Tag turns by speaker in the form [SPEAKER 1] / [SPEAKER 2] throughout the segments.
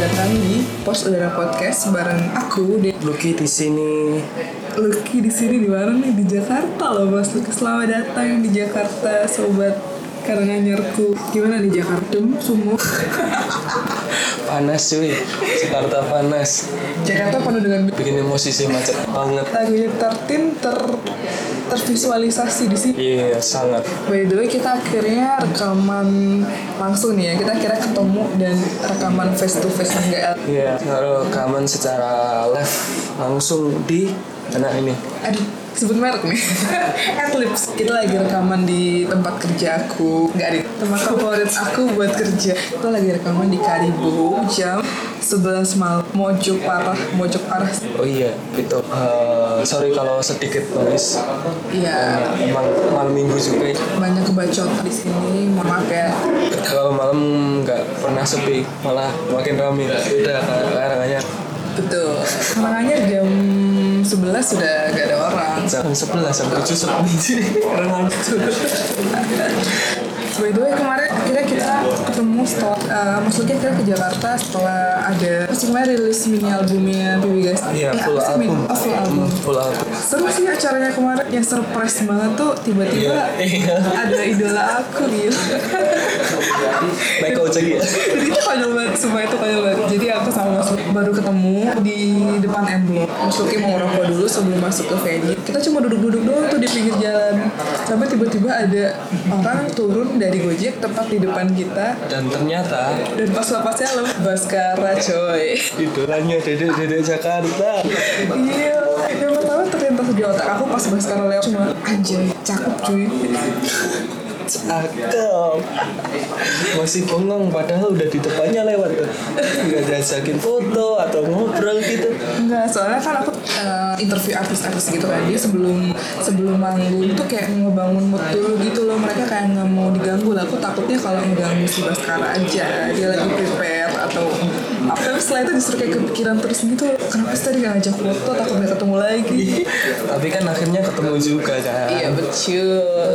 [SPEAKER 1] datang di Pos Udara Podcast bareng aku dan
[SPEAKER 2] Lucky di sini.
[SPEAKER 1] Lucky di sini di mana nih di Jakarta loh Mas Lucky selamat datang di Jakarta sobat karena nyerku gimana di Jakarta semua
[SPEAKER 2] Panas cuy. Jakarta panas.
[SPEAKER 1] Jakarta penuh dengan
[SPEAKER 2] Bikin emosi sih macet banget.
[SPEAKER 1] lagunya tertin ter tervisualisasi di sini
[SPEAKER 2] Iya, sangat.
[SPEAKER 1] By the way kita akhirnya rekaman langsung nih ya kita akhirnya ketemu dan rekaman face to face enggak
[SPEAKER 2] Iya, kalau rekaman secara live langsung di mana ini?
[SPEAKER 1] aduh sebut merek nih Adlibs kita lagi rekaman di tempat kerja aku nggak di tempat favorit aku buat kerja kita lagi rekaman di Karibo jam 11 malam mojok parah mojok parah
[SPEAKER 2] Oh iya, itu eh, sorry kalau sedikit noise. Nah,
[SPEAKER 1] ya
[SPEAKER 2] Emang malam minggu juga.
[SPEAKER 1] banyak kebacot di sini mohon maaf ya
[SPEAKER 2] Kalau malam nggak pernah sepi, malah makin ramai. Udah larangannya
[SPEAKER 1] betul makanya jam 11 sudah gak ada orang
[SPEAKER 2] jam 11 jam 7 sepi sih. Orang
[SPEAKER 1] By the way kemarin akhirnya kita ketemu setelah eh, maksudnya kita ke Jakarta setelah ada terus kemarin rilis mini albumnya PB guys.
[SPEAKER 2] Iya,
[SPEAKER 1] Eh,
[SPEAKER 2] full
[SPEAKER 1] apa sih, mini-
[SPEAKER 2] album.
[SPEAKER 1] oh, full album.
[SPEAKER 2] Hmm, Full album.
[SPEAKER 1] Seru sih acaranya kemarin yang surprise banget tuh tiba-tiba
[SPEAKER 2] Iya.
[SPEAKER 1] ada idola aku gitu.
[SPEAKER 2] Naik ojek ya.
[SPEAKER 1] Jadi kita konyol banget semua itu konyol banget. Jadi aku sama Mas Luki baru ketemu di depan M Block. Mas Luki mau ngerokok dulu sebelum masuk ke venue. Kita cuma duduk-duduk doang tuh di pinggir jalan. Sampai tiba-tiba ada orang turun dari Gojek tepat di depan kita
[SPEAKER 2] Dan ternyata
[SPEAKER 1] dan pas lepasnya lo Baskara coy
[SPEAKER 2] idolanya dedek dedek Jakarta
[SPEAKER 1] iya yang pertama terlintas di otak aku pas Baskara lewat cuma anjay cakep cuy
[SPEAKER 2] cakep masih bengong padahal udah di depannya lewat tuh nggak diajakin foto atau ngobrol gitu
[SPEAKER 1] Enggak, soalnya kan aku eh, interview artis-artis gitu kan Dia sebelum sebelum manggung tuh kayak ngebangun mood dulu gitu loh Mereka kayak nggak mau diganggu lah Aku takutnya kalau mengganggu si Baskara aja Dia lagi prepare atau tapi setelah itu disuruh kayak kepikiran terus gitu loh, Kenapa sih tadi gak ngajak foto takut gak ketemu lagi
[SPEAKER 2] tapi kan akhirnya ketemu juga kan
[SPEAKER 1] Iya betul.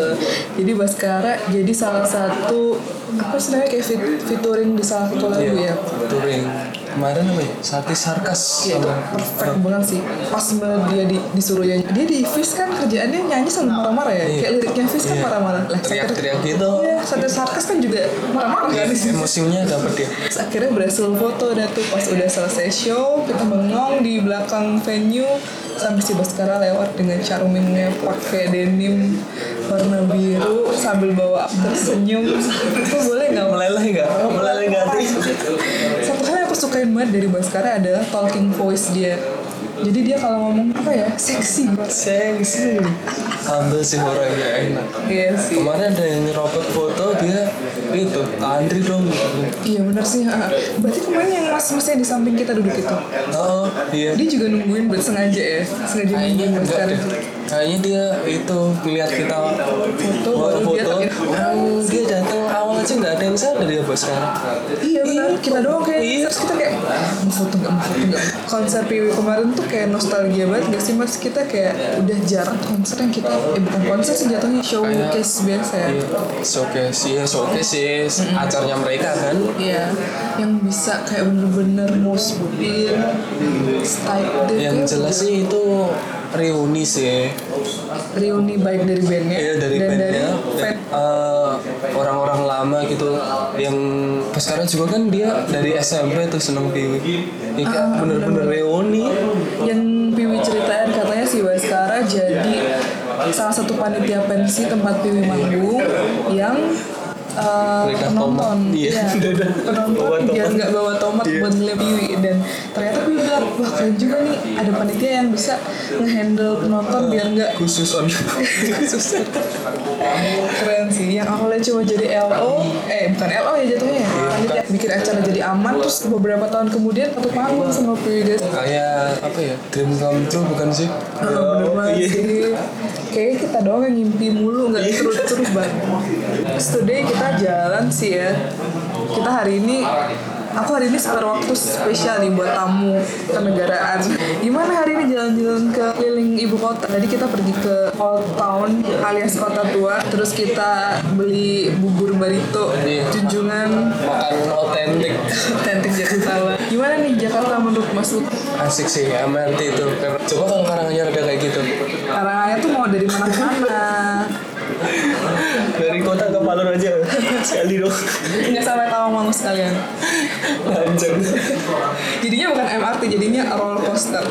[SPEAKER 1] Jadi Baskara jadi salah satu apa sih namanya kayak fit- featuring di salah satu lagu ya.
[SPEAKER 2] touring Iya. kemarin apa ya sati sarkas
[SPEAKER 1] Iya itu perfect banget sih. Pas banget dia di, disuruh nyanyi. Dia di Fish kan kerjaannya nyanyi sambil marah-marah ya. Kayak liriknya Fish kan marah-marah. Lah,
[SPEAKER 2] teriak-teriak gitu
[SPEAKER 1] Iya, Satir Sarkas kan juga marah-marah kan di situ.
[SPEAKER 2] emosinya dapet dia
[SPEAKER 1] Terus akhirnya berhasil foto dah tuh pas udah selesai show kita bengong di belakang venue sampai si Baskara lewat dengan charmingnya pakai denim warna biru sambil bawa tersenyum itu boleh nggak
[SPEAKER 2] meleleh nggak meleleh nggak Ti?
[SPEAKER 1] satu hal yang aku sukain banget dari Baskara adalah talking voice dia jadi dia kalau ngomong apa ya seksi
[SPEAKER 2] seksi ambil sih orangnya enak
[SPEAKER 1] Iya sih
[SPEAKER 2] kemarin ada yang nyerobot foto dia itu antri dong
[SPEAKER 1] Iya benar sih ha. Berarti kemarin yang mas-mas yang di samping kita duduk itu
[SPEAKER 2] oh iya
[SPEAKER 1] Dia juga nungguin ber- sengaja ya Sengaja
[SPEAKER 2] kayaknya
[SPEAKER 1] nungguin
[SPEAKER 2] enggak
[SPEAKER 1] Baskara
[SPEAKER 2] deh kayaknya dia itu ngeliat kita
[SPEAKER 1] Foto,
[SPEAKER 2] foto
[SPEAKER 1] baru dia "Iya,
[SPEAKER 2] foto
[SPEAKER 1] terakhir.
[SPEAKER 2] orang dia datang awal aja nggak ada yang sadar dia bos sekarang
[SPEAKER 1] Iya benar, kita doang kayak
[SPEAKER 2] Iya.
[SPEAKER 1] terus kita kayak mau foto nggak mau foto nggak. Konser PW kemarin tuh kayak nostalgia banget gak sih mas kita kayak udah jarang konser yang kita eh bukan konser sih jatuhnya showcase biasa ya.
[SPEAKER 2] Iya. showcase iya showcase sih acaranya mereka kan
[SPEAKER 1] Iya, yang bisa kayak bener-bener musbin, style dia
[SPEAKER 2] yang
[SPEAKER 1] tuh
[SPEAKER 2] jelas sih itu reuni sih
[SPEAKER 1] reuni baik dari bandnya
[SPEAKER 2] Iya dari
[SPEAKER 1] dan dari
[SPEAKER 2] bandnya
[SPEAKER 1] fan.
[SPEAKER 2] Eh, orang-orang lama gitu yang pas sekarang juga kan dia dari SMP tuh seneng Piwi ini kan bener-bener reuni
[SPEAKER 1] Yang Piwi ceritain katanya si Baskara jadi salah satu panitia pensi tempat Piwi manggung yang eh,
[SPEAKER 2] Mereka tomat.
[SPEAKER 1] penonton
[SPEAKER 2] Iya.
[SPEAKER 1] Iya,
[SPEAKER 2] Bawa
[SPEAKER 1] penonton
[SPEAKER 2] tomat. Iya.
[SPEAKER 1] biar nggak bawa tomat buat ngeliat Piwi dan ternyata Piwi bilang wah keren juga nih ada panitia yang bisa ngehandle penonton biar nggak
[SPEAKER 2] khusus on
[SPEAKER 1] susah keren sih yang awalnya cuma jadi LO eh bukan LO ya jatuhnya ya panitia bikin acara jadi aman terus beberapa tahun kemudian satu panggung sama Piwi Guys
[SPEAKER 2] kayak apa ya dream come true bukan sih
[SPEAKER 1] Oh, bener banget sih. Kayaknya kita doang yang ngimpi mulu nggak terus-terus banget. Terus today kita jalan sih ya. Kita hari ini Aku hari ini spare waktu spesial nih buat tamu kenegaraan. Gimana hari ini jalan-jalan ke keliling ibu kota? Tadi kita pergi ke Old Town alias kota tua. Terus kita beli bubur barito,
[SPEAKER 2] Iya.
[SPEAKER 1] junjungan,
[SPEAKER 2] makan otentik
[SPEAKER 1] tentik Jakarta. Gimana nih Jakarta menurut Mas Luka?
[SPEAKER 2] asik sih MRT itu Karena- coba kalau karanganyar ada kayak gitu
[SPEAKER 1] Karanganya tuh mau dari mana ke mana.
[SPEAKER 2] dari kota ke Palur aja sekali dong
[SPEAKER 1] Nggak sampai Tawangmangu sekalian.
[SPEAKER 2] lanjut
[SPEAKER 1] Jadinya bukan MRT, jadinya roller coaster.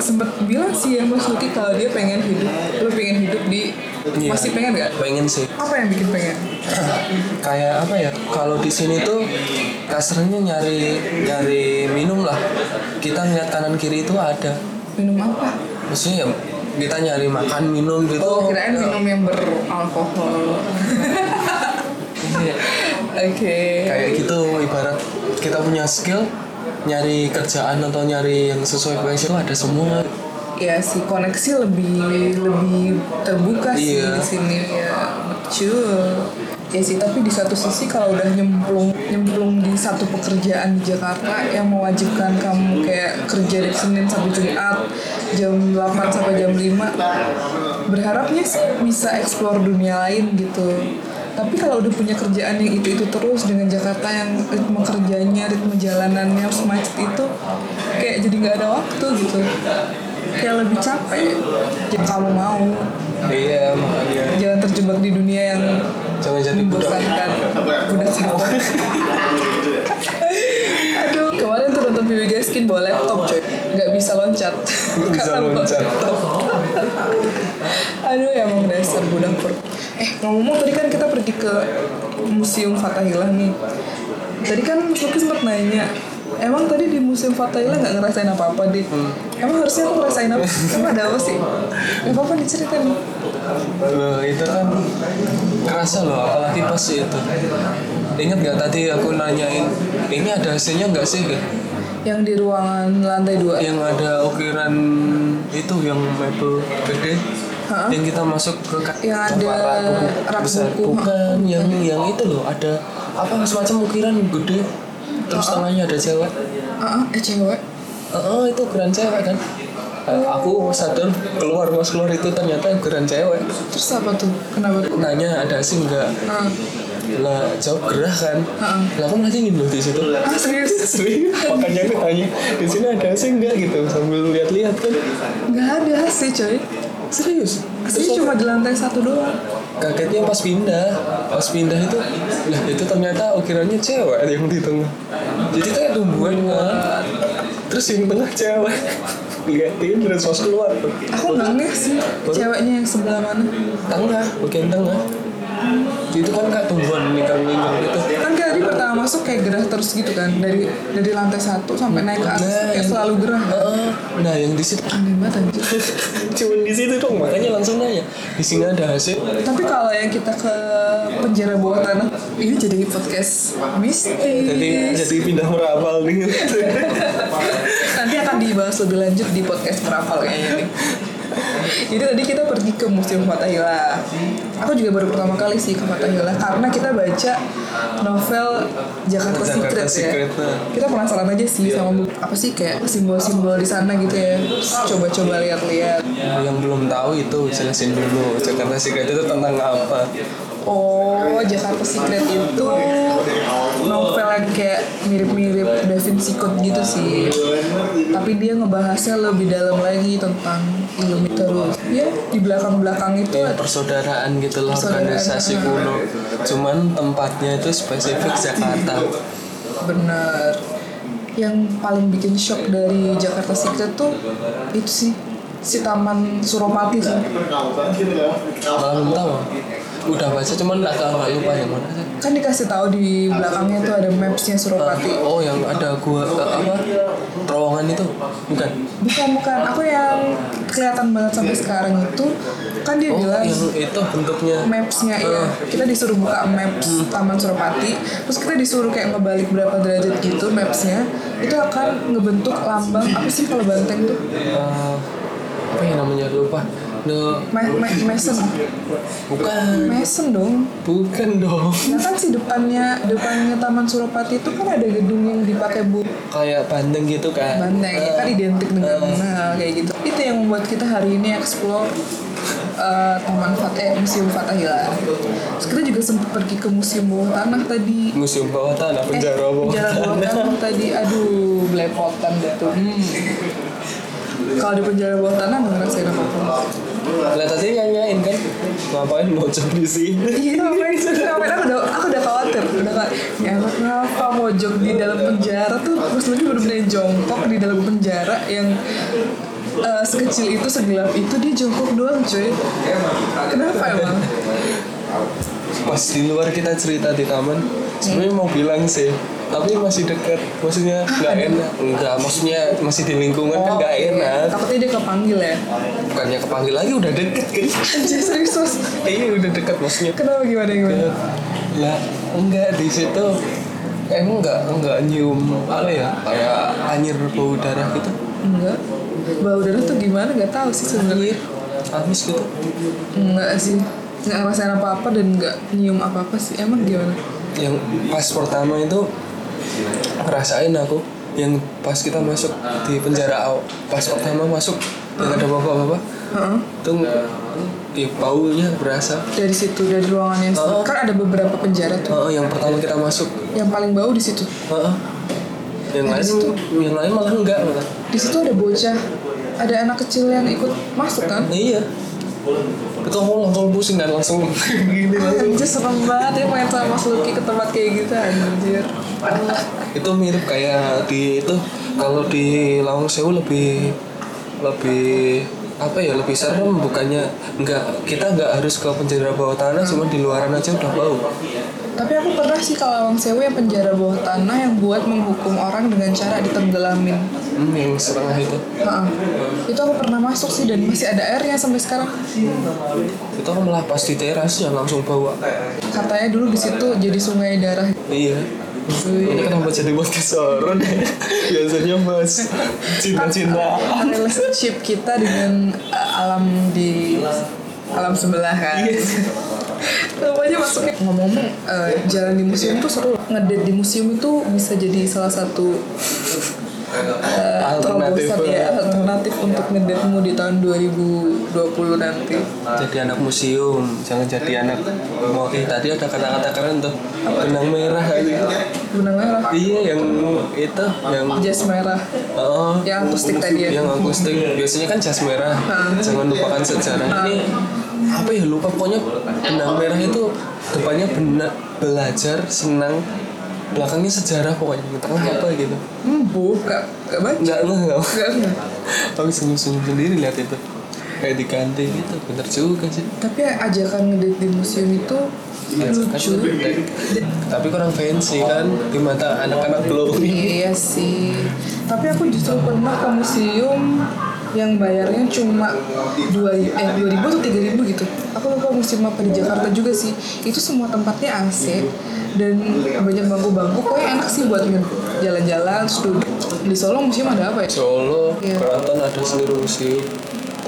[SPEAKER 1] Sempet bilang sih ya Mas Luki kalau dia pengen hidup, lu pengen hidup di
[SPEAKER 2] Iya.
[SPEAKER 1] masih pengen nggak?
[SPEAKER 2] pengen sih
[SPEAKER 1] Apa yang bikin pengen?
[SPEAKER 2] kayak apa ya kalau di sini tuh kasarnya nyari nyari minum lah kita ngeliat kanan kiri itu ada
[SPEAKER 1] Minum apa?
[SPEAKER 2] maksudnya ya kita nyari makan minum gitu
[SPEAKER 1] Oh, kirain
[SPEAKER 2] Ya,
[SPEAKER 1] minum yang beralkohol.
[SPEAKER 2] iya.
[SPEAKER 1] Oke.
[SPEAKER 2] kayak gitu ibarat kita punya skill nyari kerjaan atau nyari yang sesuai passion tuh ada semua
[SPEAKER 1] ya si koneksi lebih lebih terbuka sih
[SPEAKER 2] Iya.
[SPEAKER 1] di sini ya betul ya sih tapi di satu sisi kalau udah nyemplung nyemplung di satu pekerjaan di Jakarta yang mewajibkan kamu kayak kerja dari Senin sampai Jumat jam 8 sampai jam 5 berharapnya sih bisa explore dunia lain gitu tapi kalau udah punya kerjaan yang itu itu terus dengan Jakarta yang ritme kerjanya ritme jalanannya semacet itu kayak jadi nggak ada waktu gitu kayak lebih capek jadi kamu mau
[SPEAKER 2] iya makanya
[SPEAKER 1] jangan terjebak di dunia yang
[SPEAKER 2] jangan jadi budak
[SPEAKER 1] membosankan udah kamu aduh kemarin tuh nonton Bibi Gaskin bawa laptop coy nggak bisa loncat
[SPEAKER 2] bisa
[SPEAKER 1] Karena bawa
[SPEAKER 2] loncat
[SPEAKER 1] Aduh emang dasar budak per Eh ngomong-ngomong tadi kan kita pergi ke Museum Fatahillah nih Tadi kan Mas Luki sempat nanya Emang tadi di Museum Fatahillah nggak ngerasain apa-apa deh Emang harusnya aku ngerasain apa? Emang ada apa sih? Gak apa-apa diceritain
[SPEAKER 2] Loh, itu kan kerasa loh apalagi pas itu ingat gak tadi aku nanyain ini ada hasilnya nggak sih
[SPEAKER 1] Yang di ruangan lantai dua
[SPEAKER 2] yang ada ukiran itu yang mebel gede yang kita masuk ke ka-
[SPEAKER 1] Yang ada
[SPEAKER 2] tempat
[SPEAKER 1] rak buku.
[SPEAKER 2] bukan yang yang itu loh ada apa semacam ukiran gede terus tangannya ada cewek
[SPEAKER 1] Ah, ah, eh cewek
[SPEAKER 2] Eh, eh, itu ukuran cewek kan Eh, aku sadar keluar pas keluar itu ternyata ukuran cewek
[SPEAKER 1] Terus apa tuh? Kenapa tuh?
[SPEAKER 2] nanya ada sih nggak
[SPEAKER 1] Ah,
[SPEAKER 2] lah jawab gerah kan
[SPEAKER 1] Heeh.
[SPEAKER 2] lah aku ngeliatin loh di situ
[SPEAKER 1] ah serius?
[SPEAKER 2] Serius, makanya aku tanya di sini ada sih nggak gitu sambil lihat-lihat kan
[SPEAKER 1] Gak ada sih coy
[SPEAKER 2] serius
[SPEAKER 1] Aslinya cuma di lantai satu doang
[SPEAKER 2] kagetnya pas pindah pas pindah itu lah itu ternyata ukirannya cewek yang di tengah jadi kayak tumbuhan kan terus yang tengah cewek liatin terus pas keluar
[SPEAKER 1] Aku nggak ngeh sih ceweknya yang sebelah mana
[SPEAKER 2] tengah bagian tengah itu kan kayak tumbuhan lingkar-lingkar gitu
[SPEAKER 1] kan kita tadi pertama masuk kayak gerah terus gitu kan dari dari lantai satu sampai naik ke atas
[SPEAKER 2] Nah,
[SPEAKER 1] kayak
[SPEAKER 2] yang-
[SPEAKER 1] selalu gerah
[SPEAKER 2] Heeh. nah yang di situ
[SPEAKER 1] aneh banget anjir
[SPEAKER 2] cuman di situ dong makanya langsung nanya di sini ada hasil
[SPEAKER 1] tapi kalau yang kita ke penjara bawah tanah ini jadi podcast
[SPEAKER 2] jadi
[SPEAKER 1] mistis
[SPEAKER 2] jadi pindah merapal nih
[SPEAKER 1] nanti akan dibahas lebih lanjut di podcast merapal kayaknya nih jadi tadi kita pergi ke Museum Fatahila. Aku juga baru pertama kali sih ke Fatahila karena kita baca novel Jakarta, Secret,
[SPEAKER 2] Jakarta
[SPEAKER 1] ya.
[SPEAKER 2] Secret, nah.
[SPEAKER 1] Kita penasaran aja sih sama bu- apa sih kayak simbol-simbol di sana gitu ya. Terus Coba-coba lihat-lihat.
[SPEAKER 2] yang belum tahu itu jelasin dulu Jakarta Secret itu tentang apa
[SPEAKER 1] Oh, Jakarta Secret itu novel yang kayak mirip-mirip Da Vinci Code gitu sih. Tapi dia ngebahasnya lebih dalam lagi tentang ilmu terus. Ya, di belakang-belakang itu
[SPEAKER 2] ya persaudaraan gitu loh
[SPEAKER 1] Iya. Persaudaraan,
[SPEAKER 2] organisasi
[SPEAKER 1] ah.
[SPEAKER 2] kuno cuman tempatnya itu spesifik Jakarta
[SPEAKER 1] benar. Yang paling bikin shock dari Jakarta Secret tuh itu sih si Taman Suropati sih.
[SPEAKER 2] malah belum tahu udah baca cuman agak agak lupa yang mana sih.
[SPEAKER 1] Kan dikasih tahu di belakangnya tuh ada mapsnya Suropati.
[SPEAKER 2] oh yang ada gua eh, apa terowongan itu bukan
[SPEAKER 1] Bukan bukan, aku yang kelihatan banget sampai sekarang itu kan dia
[SPEAKER 2] oh
[SPEAKER 1] bilang
[SPEAKER 2] yang itu bentuknya
[SPEAKER 1] Maps-nya iya. Kita disuruh buka maps Taman Suropati, terus kita disuruh kayak ngebalik berapa derajat gitu maps-nya. Itu akan ngebentuk lambang apa sih kalau banteng tuh?
[SPEAKER 2] eh, apa ya namanya lupa no,
[SPEAKER 1] Ma ma- mason.
[SPEAKER 2] bukan
[SPEAKER 1] Mason dong.
[SPEAKER 2] bukan dong
[SPEAKER 1] Nah kan si depannya depannya Taman Suropati itu kan ada gedung yang dipakai bu
[SPEAKER 2] kayak bandeng gitu kan
[SPEAKER 1] banteng. Kan identik dengan nah, kayak gitu. Itu yang membuat kita hari ini explore eh, Taman Fat eh Museum Fatahila. Terus kita juga sempat pergi ke Museum Bawah Tanah tadi.
[SPEAKER 2] Museum bawah tanah penjara
[SPEAKER 1] eh,
[SPEAKER 2] bawah
[SPEAKER 1] penjara bawah
[SPEAKER 2] tanah.
[SPEAKER 1] tanah tadi aduh belepotan gitu hmm. kalau di penjara bawah tanah nggak ngerasain apa apa
[SPEAKER 2] Lah tadi nanyain kan ngapain mojok di sini?
[SPEAKER 1] iya ngapain sih? Ngapain? aku udah aku udah khawatir udah kayak ya anak kenapa mojok di dalam penjara tuh maksudnya bener-bener jongkok di dalam penjara yang eh, sekecil itu segelap itu dia jongkok doang cuy kenapa emang
[SPEAKER 2] Pas di luar kita cerita di taman, sebenarnya mau bilang sih, tapi masih dekat, maksudnya nggak enak, enggak, maksudnya masih di lingkungan kan nggak
[SPEAKER 1] oke.
[SPEAKER 2] enak,
[SPEAKER 1] Oh, iya. takutnya dia kepanggil ya
[SPEAKER 2] bukannya kepanggil lagi udah deket kan?
[SPEAKER 1] anjir serius Mas.
[SPEAKER 2] Iya udah deket maksudnya.
[SPEAKER 1] kenapa gimana gimana
[SPEAKER 2] Lah enggak di situ, emang enggak enggak nyium apa ya kayak anyir bau darah gitu,
[SPEAKER 1] enggak bau darah tuh gimana nggak tahu sih
[SPEAKER 2] Iya.
[SPEAKER 1] sebenarnya
[SPEAKER 2] amis gitu.
[SPEAKER 1] Enggak sih nggak ngerasain apa-apa dan nggak nyium apa-apa sih emang gimana
[SPEAKER 2] yang pas pertama itu ngerasain aku yang pas kita masuk di penjara aw- pas pertama masuk yang ada bapak-bapak
[SPEAKER 1] Heeh.
[SPEAKER 2] itu ya, baunya berasa
[SPEAKER 1] dari situ dari ruangan yang
[SPEAKER 2] Oh.
[SPEAKER 1] kan ada beberapa penjara tuh
[SPEAKER 2] Heeh, yang pertama kita masuk
[SPEAKER 1] yang paling bau di situ
[SPEAKER 2] Heeh. yang lain yang lain malah enggak malah.
[SPEAKER 1] di situ ada bocah ada anak kecil yang ikut masuk kan
[SPEAKER 2] iya itu aku langsung pusing dan langsung gini langsung
[SPEAKER 1] Ah, anjir serem banget ya main sama Mas Lucky ke tempat kayak gitu anjir
[SPEAKER 2] itu mirip kayak di itu kalau di Lawang Sewu lebih lebih apa ya lebih serem bukannya nggak kita nggak harus ke penjara bawah tanah cuma di luaran aja udah bau
[SPEAKER 1] tapi aku pernah sih ke Lawang Sewu yang penjara bawah tanah yang buat menghukum orang dengan cara ditenggelamin
[SPEAKER 2] hmm, yang setengah itu
[SPEAKER 1] Heeh. itu aku pernah masuk sih dan masih ada airnya sampai sekarang
[SPEAKER 2] itu kan malah pas di teras ya langsung bawa
[SPEAKER 1] katanya dulu di situ jadi sungai darah
[SPEAKER 2] iya ini kenapa jadi buat kesoron biasanya bahas cinta-cinta
[SPEAKER 1] relationship kita dengan uh, alam di alam sebelah kan
[SPEAKER 2] Iya.
[SPEAKER 1] Rupanya masuknya ngomong-ngomong uh, jalan di museum tuh seru ngedate di museum itu bisa jadi salah satu uh,
[SPEAKER 2] Alternatif.
[SPEAKER 1] terobosan ya alternatif untuk ngedate-mu di tahun 2020 nanti
[SPEAKER 2] jadi anak museum jangan jadi anak mau eh, tadi ada kata-kata keren tuh benang merah gitu.
[SPEAKER 1] benang merah
[SPEAKER 2] Iya yang itu yang
[SPEAKER 1] jas merah
[SPEAKER 2] oh,
[SPEAKER 1] yang akustik tadi ya
[SPEAKER 2] yang akustik biasanya kan jas merah. Jangan lupakan sejarah. Nah, Ini apa ya lupa pokoknya benang merah itu depannya benak belajar senang belakangnya sejarah pokoknya tengah apa gitu
[SPEAKER 1] hmm, buka gak baca
[SPEAKER 2] nggak nggak nggak
[SPEAKER 1] nggak, nggak.
[SPEAKER 2] tapi senyum senyum sendiri lihat itu kayak diganti gitu bener juga sih
[SPEAKER 1] tapi ajakan ngedate di museum itu
[SPEAKER 2] Kan
[SPEAKER 1] lucu
[SPEAKER 2] tapi kurang fancy kan di mata anak-anak belum
[SPEAKER 1] Iya sih. Tapi aku justru pernah ke museum yang bayarnya cuma dua eh dua ribu atau tiga ribu gitu. Aku lupa museum apa di Jakarta juga sih. Itu semua tempatnya AC dan banyak bangku-bangku. Pokoknya enak sih buat nge- jalan-jalan terus duduk. Di Solo museum ada apa ya?
[SPEAKER 2] Solo,
[SPEAKER 1] Iya.
[SPEAKER 2] Keraton ada sendiri museum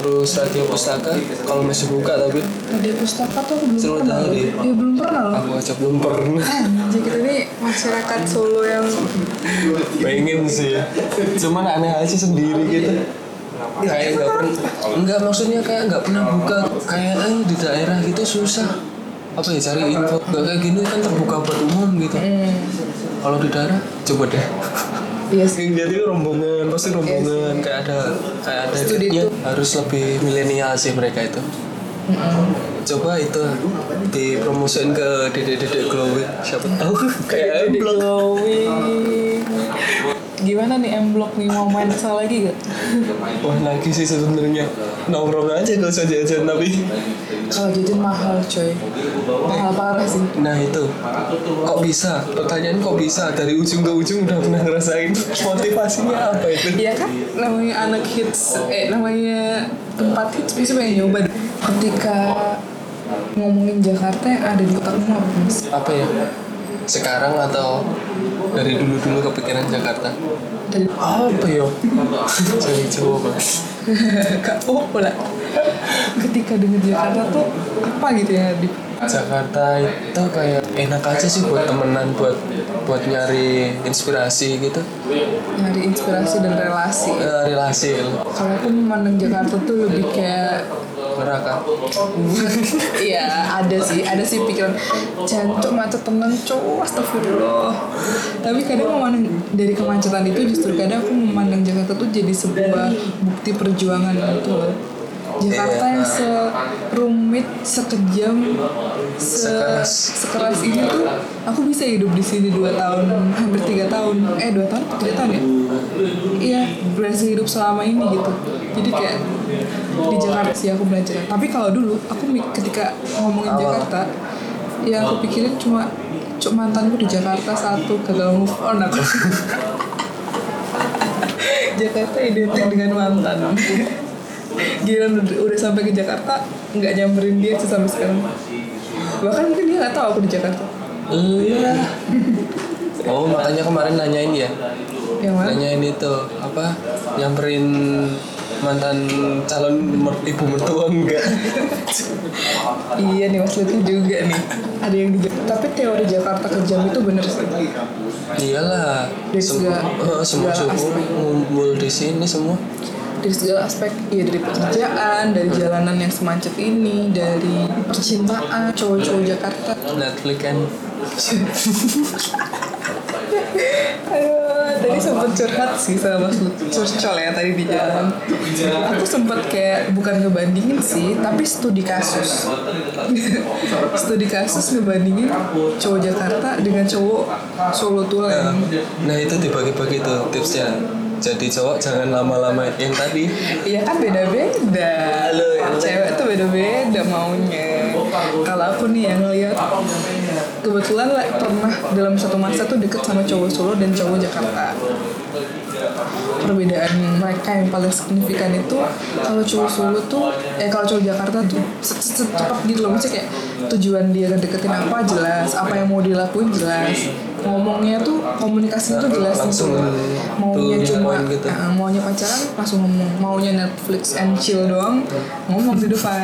[SPEAKER 2] terus radio pustaka kalau masih buka tapi
[SPEAKER 1] Ada pustaka tuh aku belum
[SPEAKER 2] Solo
[SPEAKER 1] pernah.
[SPEAKER 2] tahu Ah.
[SPEAKER 1] loh.
[SPEAKER 2] deh.
[SPEAKER 1] Iya belum pernah loh.
[SPEAKER 2] aku aja belum pernah
[SPEAKER 1] Anjir kita nih masyarakat Solo yang
[SPEAKER 2] pengen sih cuman aneh aja sendiri gitu kayak nggak pernah nggak maksudnya kayak nggak pernah buka kayak eh, di daerah gitu susah apa ya cari info nggak kayak gini kan terbuka buat umum gitu kalau di daerah coba deh
[SPEAKER 1] eh, iya sih.
[SPEAKER 2] jadi rombongan pasti rombongan kayak ada kayak ada
[SPEAKER 1] Studi
[SPEAKER 2] guide-nya.
[SPEAKER 1] tour.
[SPEAKER 2] harus lebih milenial sih mereka itu coba itu dipromosiin ke dedek-dedek glowing siapa tahu kayak emblong
[SPEAKER 1] Glowing. Gimana nih M Block nih mau main kesal lagi gak?
[SPEAKER 2] wah lagi sih sebenarnya nongkrong aja nggak usah jajan tapi
[SPEAKER 1] Kalau jajan mahal coy Mahal parah sih
[SPEAKER 2] nah itu kok bisa pertanyaan kok bisa dari ujung ke ujung udah pernah ngerasain motivasinya apa itu
[SPEAKER 1] Iya kan namanya anak hits Eh namanya tempat hits pasti pengen nyoba Ketika ngomongin Jakarta yang ada di otakmu apa mas?
[SPEAKER 2] apa ya sekarang atau dari dulu-dulu kepikiran Jakarta
[SPEAKER 1] Dari
[SPEAKER 2] apa ya jadi coba
[SPEAKER 1] Gak apa lah Ketika denger Jakarta tuh apa gitu ya di
[SPEAKER 2] Jakarta itu kayak enak aja sih buat temenan buat buat nyari inspirasi gitu
[SPEAKER 1] nyari inspirasi dan relasi
[SPEAKER 2] Eh, relasi
[SPEAKER 1] Kalau aku memandang Jakarta tuh lebih kayak
[SPEAKER 2] neraka
[SPEAKER 1] Iya, ada sih, ada sih pikiran jantung macet temen cowok, astagfirullah. Tapi kadang memandang dari kemacetan itu justru kadang aku memandang Jakarta tuh jadi sebuah bukti perjuangan gitu loh. Jakarta yang serumit, sekejam, se
[SPEAKER 2] Sekeras.
[SPEAKER 1] sekeras ini tuh aku bisa hidup di sini dua tahun, hampir tiga tahun, eh dua tahun, tiga tahun ya? Iya, berhasil hidup selama ini gitu. Jadi kayak di Jakarta sih aku belajar. Tapi kalau dulu aku mi- ketika ngomongin Jakarta, ya aku pikirin cuma cuma mantanku di Jakarta satu gagal move on aku. Jakarta identik dengan mantan. Gila udah, udah sampai ke Jakarta nggak nyamperin dia sih sampai sekarang. Bahkan mungkin dia nggak tahu aku di Jakarta.
[SPEAKER 2] Eh, iya oh makanya kemarin nanyain ya
[SPEAKER 1] Yang mana?
[SPEAKER 2] nanyain itu apa nyamperin mantan calon mer- ibu mertua enggak
[SPEAKER 1] Iya nih Mas Lutfi juga nih. Ada yang di Jakarta. Tapi teori Jakarta kejam itu bener sih.
[SPEAKER 2] iyalah
[SPEAKER 1] Dari
[SPEAKER 2] Sem-
[SPEAKER 1] segala-
[SPEAKER 2] eh, semua
[SPEAKER 1] segala
[SPEAKER 2] suku
[SPEAKER 1] aspek.
[SPEAKER 2] ngumpul di sini semua
[SPEAKER 1] Dari segala aspek, iya dari pekerjaan, dari jalanan yang semacet ini, dari percintaan, cowok-cowok Jakarta.
[SPEAKER 2] Netflix kan
[SPEAKER 1] Aduh, tadi sempat curhat sih sama Mas Lutfi. Curcol ya tadi di jalan. Aku sempat kayak bukan ngebandingin sih, tapi studi kasus. studi kasus ngebandingin cowok Jakarta dengan cowok Solo Tua yang
[SPEAKER 2] nah itu dibagi-bagi tuh tipsnya jadi cowok jangan lama-lama yang tadi
[SPEAKER 1] Iya kan beda-beda.
[SPEAKER 2] Halo, ya.
[SPEAKER 1] Cewek tuh beda-beda maunya. Kalau aku nih yang lihat kebetulan lah, pernah dalam satu masa tuh deket sama cowok Solo dan cowok Jakarta. Perbedaan mereka yang paling signifikan itu kalau cowok Solo tuh eh kalau cowok Jakarta tuh set- set- set- cepet gitu loh maksudnya kayak tujuan dia deketin apa jelas, apa yang mau dilakuin jelas. Ngomongnya tuh komunikasinya tuh jelas gitu
[SPEAKER 2] Langsung
[SPEAKER 1] loh. Maunya
[SPEAKER 2] tuh
[SPEAKER 1] cuma
[SPEAKER 2] nyalain gitu.
[SPEAKER 1] Nah, maunya pacaran langsung ngomong maunya Netflix and chill doang ngomong di depan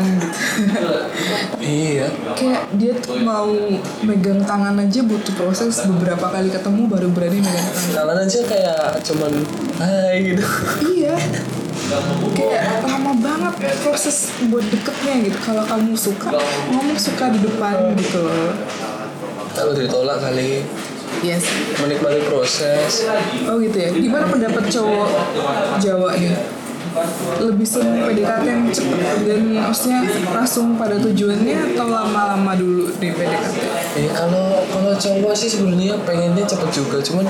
[SPEAKER 2] iya
[SPEAKER 1] kayak dia tuh mau megang tangan aja butuh proses beberapa kali ketemu baru berani megang tangan
[SPEAKER 2] kalian aja kayak cuman hai gitu
[SPEAKER 1] iya kayak lama banget proses buat deketnya gitu kalau kamu suka ngomong suka di depan gitu loh
[SPEAKER 2] kalau ditolak kali
[SPEAKER 1] yes
[SPEAKER 2] menikmati proses
[SPEAKER 1] oh gitu ya gimana pendapat cowok Jawa ya lebih seneng PDKT yang cepet dan maksudnya langsung pada tujuannya atau lama-lama dulu di PDKT
[SPEAKER 2] Ya, kalau kalau cowok sih sebenarnya pengennya cepet juga, cuman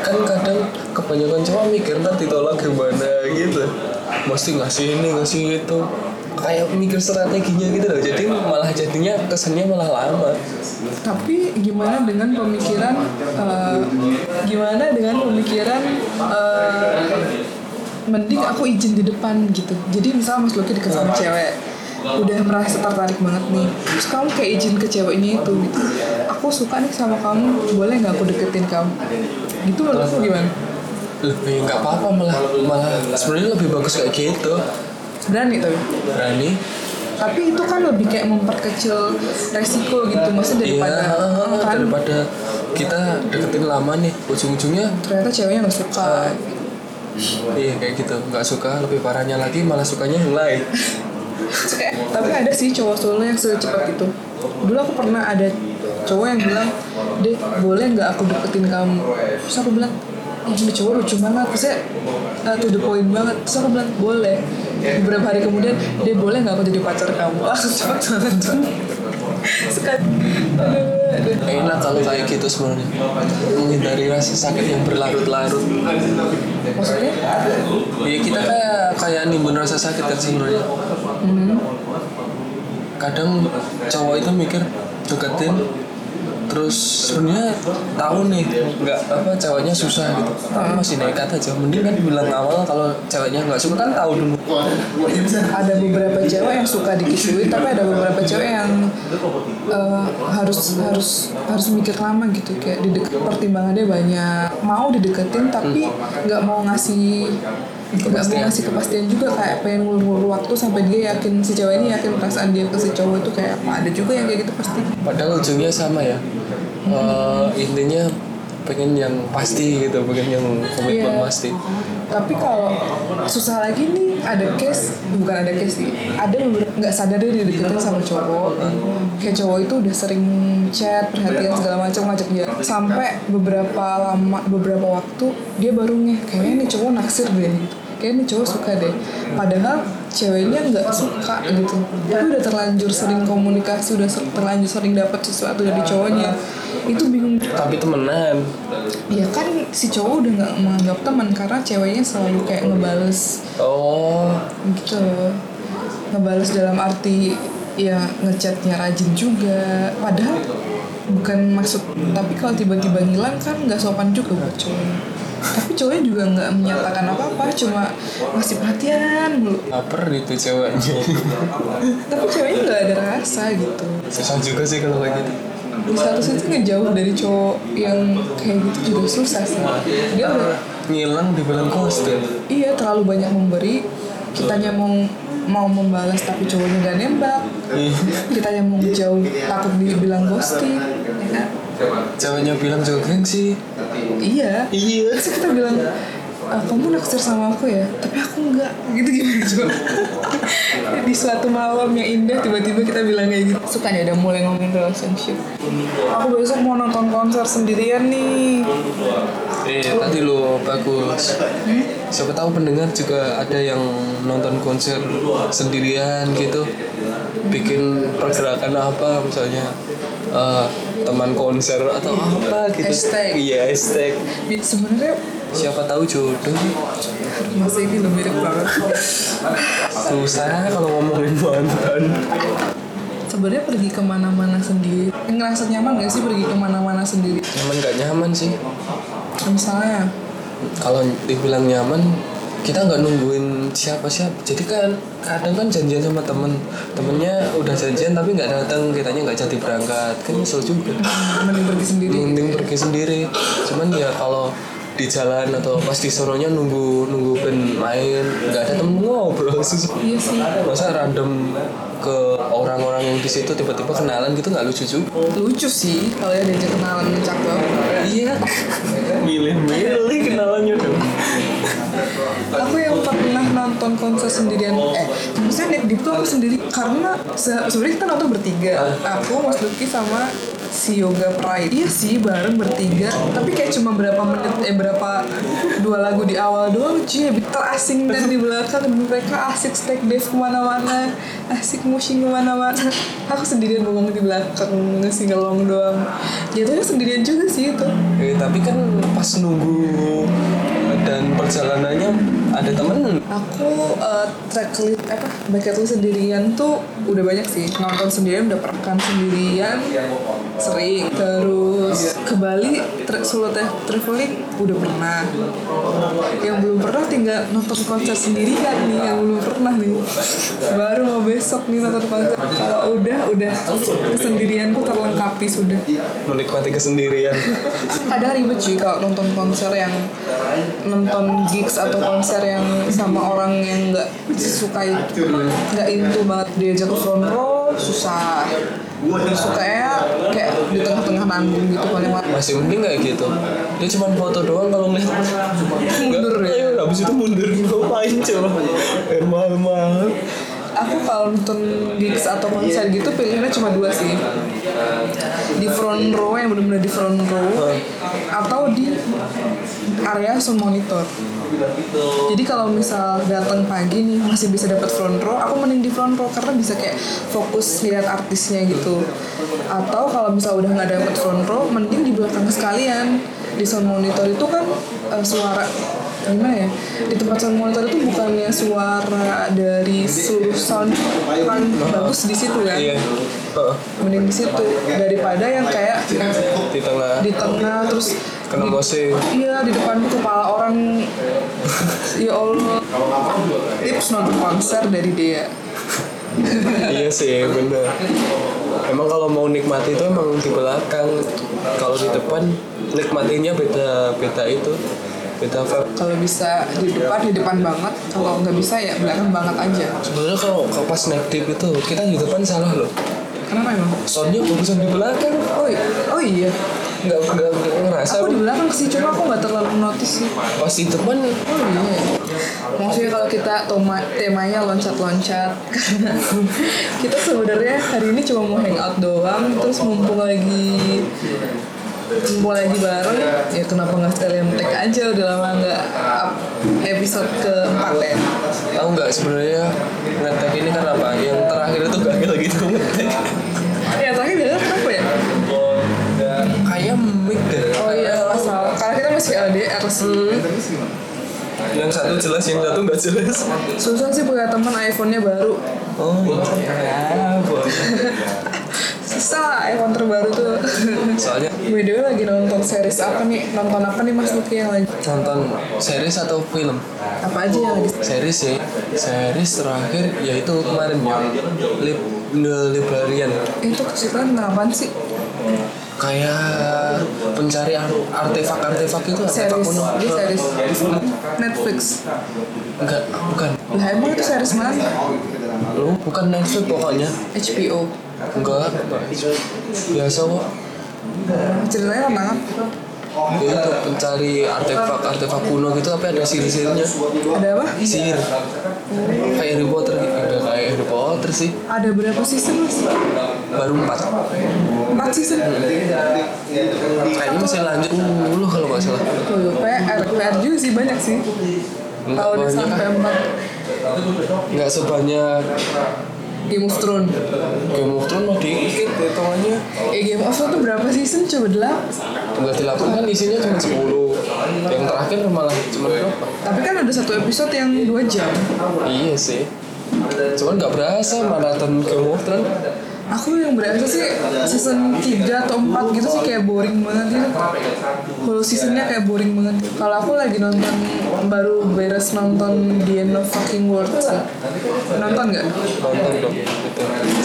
[SPEAKER 2] kan kadang kebanyakan cowok mikir nanti ditolak gimana gitu. Mesti ngasih ini, ngasih itu. Kayak mikir strateginya gitu loh. Jadi malah jadinya kesannya malah lama.
[SPEAKER 1] tapi gimana dengan pemikiran eh, gimana dengan pemikiran eh, mending aku izin di depan gitu jadi misal mas Luki deket sama cewek udah merasa tertarik banget nih terus kamu kayak izin ke ceweknya itu gitu aku suka nih sama kamu boleh nggak aku deketin kamu gitu menurutku gimana
[SPEAKER 2] Lebih nggak apa-apa malah malah sebenarnya lebih bagus kayak gitu.
[SPEAKER 1] berani tapi
[SPEAKER 2] Berani.
[SPEAKER 1] tapi itu kan lebih kayak memperkecil resiko gitu maksudnya
[SPEAKER 2] Iya,
[SPEAKER 1] daripada kan
[SPEAKER 2] daripada kita deketin lama nih ujung-ujungnya
[SPEAKER 1] ternyata ceweknya nggak
[SPEAKER 2] Ah.
[SPEAKER 1] suka
[SPEAKER 2] iya kayak gitu nggak suka lebih parahnya lagi malah sukanya yang lain
[SPEAKER 1] Eh, tapi ada sih cowok solo yang secepat itu dulu aku pernah ada cowok yang bilang deh boleh nggak aku deketin kamu terus aku bilang "Ih, ini cowok lucu banget terus ya, uh, to the point banget terus aku bilang boleh beberapa hari kemudian deh boleh nggak aku jadi pacar kamu langsung cepet banget tuh sekali aduh, aduh.
[SPEAKER 2] enak kalau kayak gitu sebenarnya menghindari rasa sakit yang berlarut-larut
[SPEAKER 1] maksudnya
[SPEAKER 2] ya kita kayak kayak nimbun rasa sakit kan sebenarnya
[SPEAKER 1] hmm.
[SPEAKER 2] kadang cowok itu mikir deketin terus sebenarnya tahu nih nggak apa ceweknya susah gitu tapi masih nekat aja mending kan dibilang awal kalau ceweknya nggak suka kan tahu dulu
[SPEAKER 1] ada beberapa cewek yang suka dikisui tapi ada beberapa cewek yang eh, harus harus harus mikir lama gitu kayak dideket pertimbangannya banyak mau dideketin tapi nggak mau ngasih nggak mau ngasih kepastian juga kayak pengen ngulur-ngulur waktu sampai dia yakin si cewek ini yakin perasaan dia ke si cowok itu kayak apa ada juga yang kayak gitu pasti
[SPEAKER 2] padahal ujungnya sama ya Eh, intinya pengen yang pasti gitu pengen yang komitmen
[SPEAKER 1] Iya.
[SPEAKER 2] pasti
[SPEAKER 1] Tapi kalau susah lagi nih ada case bukan ada case sih ada beberapa nggak sadar dia dideketin sama cowok kayak cowok itu udah sering chat perhatian segala macam ngajak dia sampai beberapa lama beberapa waktu dia baru ngeh kayaknya nih cowok naksir deh gitu kayaknya nih cowok suka deh padahal ceweknya nggak suka gitu tapi udah terlanjur sering komunikasi udah ser- terlanjur sering dapat sesuatu dari cowoknya itu bingung
[SPEAKER 2] tapi temenan
[SPEAKER 1] Ya kan si cowok udah nggak menganggap teman karena ceweknya selalu kayak ngebales
[SPEAKER 2] oh
[SPEAKER 1] gitu loh. Ngebales dalam arti ya ngechatnya rajin juga. Padahal bukan maksud tapi kalau tiba-tiba ngilang kan nggak sopan juga buat cowoknya. Tapi cowoknya juga nggak menyatakan apa-apa, cuma ngasih perhatian mulu.
[SPEAKER 2] lapar gitu ceweknya
[SPEAKER 1] Tapi ceweknya nggak ada rasa gitu.
[SPEAKER 2] susah juga sih kalau kayak gitu
[SPEAKER 1] Di satu sisi ngejauh dari cowok yang kayak gitu juga susah sih. Dia udah
[SPEAKER 2] ngilang dibilang ghosting
[SPEAKER 1] Iya terlalu banyak memberi Kitanya mau mau membalas tapi cowoknya gak nembak
[SPEAKER 2] Ih,
[SPEAKER 1] Kitanya mau jauh takut dibilang ghosting ya kan?
[SPEAKER 2] ceweknya bilang jogging sih
[SPEAKER 1] Iya
[SPEAKER 2] iya
[SPEAKER 1] Terus kita bilang "Ah, kamu naksir sama aku ya, tapi aku enggak gitu gimana coba di suatu malam yang indah tiba-tiba kita bilang kayak gitu suka nih udah mulai ngomongin relationship aku besok mau nonton konser sendirian nih
[SPEAKER 2] eh tadi lo bagus siapa tahu pendengar juga ada yang nonton konser sendirian gitu bikin pergerakan apa misalnya eh, teman konser atau apa gitu
[SPEAKER 1] Hashtag.
[SPEAKER 2] iya hashtag
[SPEAKER 1] sebenarnya
[SPEAKER 2] siapa tahu jodoh
[SPEAKER 1] aduh, masih ini loh, mirip banget
[SPEAKER 2] susah kalau ngomongin mantan
[SPEAKER 1] sebenarnya pergi kemana-mana sendiri ngerasa nyaman gak sih pergi kemana-mana sendiri
[SPEAKER 2] nyaman gak nyaman sih
[SPEAKER 1] misalnya
[SPEAKER 2] kalau dibilang nyaman kita nggak nungguin siapa-siapa jadi kan kadang kan janjian sama temen temennya udah janjian tapi nggak datang kitanya nggak jadi berangkat kan nyesel juga
[SPEAKER 1] hmm, mending pergi sendiri
[SPEAKER 2] mending pergi sendiri cuman ya kalau di jalan atau pas di sononya nunggu nunggu band main nggak ada temen ngobrol Sus.
[SPEAKER 1] iya sih
[SPEAKER 2] masa random ke orang-orang yang di situ tiba-tiba kenalan gitu nggak lucu juga
[SPEAKER 1] lucu sih kalau ya diajak kenalan mencak banget
[SPEAKER 2] iya milih-milih kenalannya dong
[SPEAKER 1] aku yang pernah nonton konser sendirian eh maksudnya Deep Deep tuh aku sendiri karena se- sebenarnya kita nonton bertiga aku Mas Lucky sama si Yoga Pride iya sih bareng bertiga tapi kayak cuma berapa menit eh berapa dua lagu di awal doang cuy habis terasing dan di belakang mereka asik stack dance kemana-mana asik mushing kemana-mana aku sendirian bengong di belakang ngesingalong doang jatuhnya sendirian juga sih itu
[SPEAKER 2] Eh, tapi kan pas nunggu eh, dan perjalanannya ada temen
[SPEAKER 1] Aku eh, track list apa bucket list sendirian tuh udah banyak sih nonton sendirian udah perekan sendirian sering terus ke Bali tra- solo teh traveling udah pernah yang belum pernah tinggal nonton konser sendirian nih yang belum pernah nih baru mau besok nih nonton konser kalau udah udah kesendirianku terlengkapi sudah
[SPEAKER 2] menikmati kesendirian
[SPEAKER 1] kadang ribet cuy kalau nonton konser yang nonton gigs atau konser yang sama orang yang nggak suka nggak into banget diajak ke front row susah suka ya kayak di tengah-tengah nanggung gitu paling mat-
[SPEAKER 2] masih mending kayak gitu dia cuma foto doang kalau ngeliat
[SPEAKER 1] mundur ya
[SPEAKER 2] ayo habis itu mundur ngapain coba Eh, air mahal-mahal
[SPEAKER 1] aku kalau nonton gigs atau konser gitu pilihannya cuma dua sih di front row yang benar-benar di front row
[SPEAKER 2] Eh,
[SPEAKER 1] atau di area sound monitor jadi kalau misal datang pagi nih masih bisa dapat front row aku mending di front row karena bisa kayak fokus lihat artisnya gitu atau kalau misal udah nggak dapat front row mending di belakang sekalian di sound monitor itu kan eh, suara gimana ya di tempat sound monitor itu bukannya suara dari seluruh sound kan bagus di situ kan
[SPEAKER 2] iya Heeh.
[SPEAKER 1] mending di situ daripada yang kayak
[SPEAKER 2] di tengah
[SPEAKER 1] di tengah terus
[SPEAKER 2] kena mosing
[SPEAKER 1] Iya di depan kepala orang Ya Allah Tips nonton konser dari dia
[SPEAKER 2] iya sih bener emang kalau mau nikmati itu emang di belakang kalau di depan nikmatinya beda beda itu beda vibe
[SPEAKER 1] Kalau bisa di depan, di depan banget Kalau nggak bisa ya belakang banget aja
[SPEAKER 2] sebenarnya kalau kalau pas naik dip itu kita di depan salah loh
[SPEAKER 1] Kenapa emang?
[SPEAKER 2] soundnya bagusan di belakang
[SPEAKER 1] Oh, i- oh iya
[SPEAKER 2] nggak nggak nggak ngerasa masa
[SPEAKER 1] Aku di belakang sih, cuma aku nggak terlalu notice sih.
[SPEAKER 2] pas di depan
[SPEAKER 1] Oh iya. Maksudnya kalau kita toma, temanya loncat-loncat karena kita sebenarnya hari ini cuma mau hangout doang terus mumpung lagi mumpung lagi bareng ya kenapa nggak sekalian tag aja udah lama nggak up episode keempat ya
[SPEAKER 2] tahu nggak sebenarnya ngetek ini karena apa yang terakhir itu gagal gitu ngetek
[SPEAKER 1] ya terakhir gagal kenapa ya
[SPEAKER 2] kayak mic deh
[SPEAKER 1] oh iya Hmm. masalah karena kita masih LDR sih
[SPEAKER 2] yang satu jelas yang satu nggak jelas
[SPEAKER 1] susah sih punya teman iPhone-nya baru
[SPEAKER 2] oh iya Ya, boleh.
[SPEAKER 1] susah iPhone terbaru tuh
[SPEAKER 2] soalnya
[SPEAKER 1] By the way, lagi nonton series apa nih? Nonton apa nih Mas Luki yang lagi?
[SPEAKER 2] nonton series atau film
[SPEAKER 1] Apa aja yang lagi?
[SPEAKER 2] series sih series terakhir yaitu kemarin yang Lib The Librarian
[SPEAKER 1] Eh, Itu ceritanya tentang apaan sih?
[SPEAKER 2] kayak pencari ar- artefak-artefak itu artefak
[SPEAKER 1] Series,
[SPEAKER 2] kuno
[SPEAKER 1] dia series Netflix
[SPEAKER 2] enggak bukan
[SPEAKER 1] Lah emang itu series mana?
[SPEAKER 2] lu bukan Netflix pokoknya
[SPEAKER 1] HBO
[SPEAKER 2] enggak biasa kok
[SPEAKER 1] Ceritanya tentang apa?
[SPEAKER 2] Dia itu pencari artefak-artefak kuno gitu tapi ada sihir-sihirnya
[SPEAKER 1] Ada apa?
[SPEAKER 2] sihir kayak Harry Potter gitu ada kayak Harry Potter sih
[SPEAKER 1] Ada berapa season mas?
[SPEAKER 2] baru empat
[SPEAKER 1] 4 season?
[SPEAKER 2] kayaknya Nah, masih lanjut dulu kalau nggak salah
[SPEAKER 1] Tuh, ya, PR, PR juga sih banyak sih Kalau udah
[SPEAKER 2] banyak.
[SPEAKER 1] sampai 4
[SPEAKER 2] nggak sebanyak
[SPEAKER 1] Game of Thrones
[SPEAKER 2] Game of Thrones mah dikit hitungannya
[SPEAKER 1] Eh Game of Thrones tuh berapa season? Coba delapan
[SPEAKER 2] nggak dilakukan kan isinya cuma 10 yang terakhir malah cuma berapa
[SPEAKER 1] Tapi kan ada satu episode yang 2 jam
[SPEAKER 2] iya sih cuman nggak berasa maraton Game of Thrones
[SPEAKER 1] Aku yang berasa sih season 3 atau 4 gitu sih kayak boring banget gitu. Whole seasonnya kayak boring banget. Kalau aku lagi nonton baru beres nonton The End of Fucking World sih. Nonton nggak?
[SPEAKER 2] nonton dong gitu.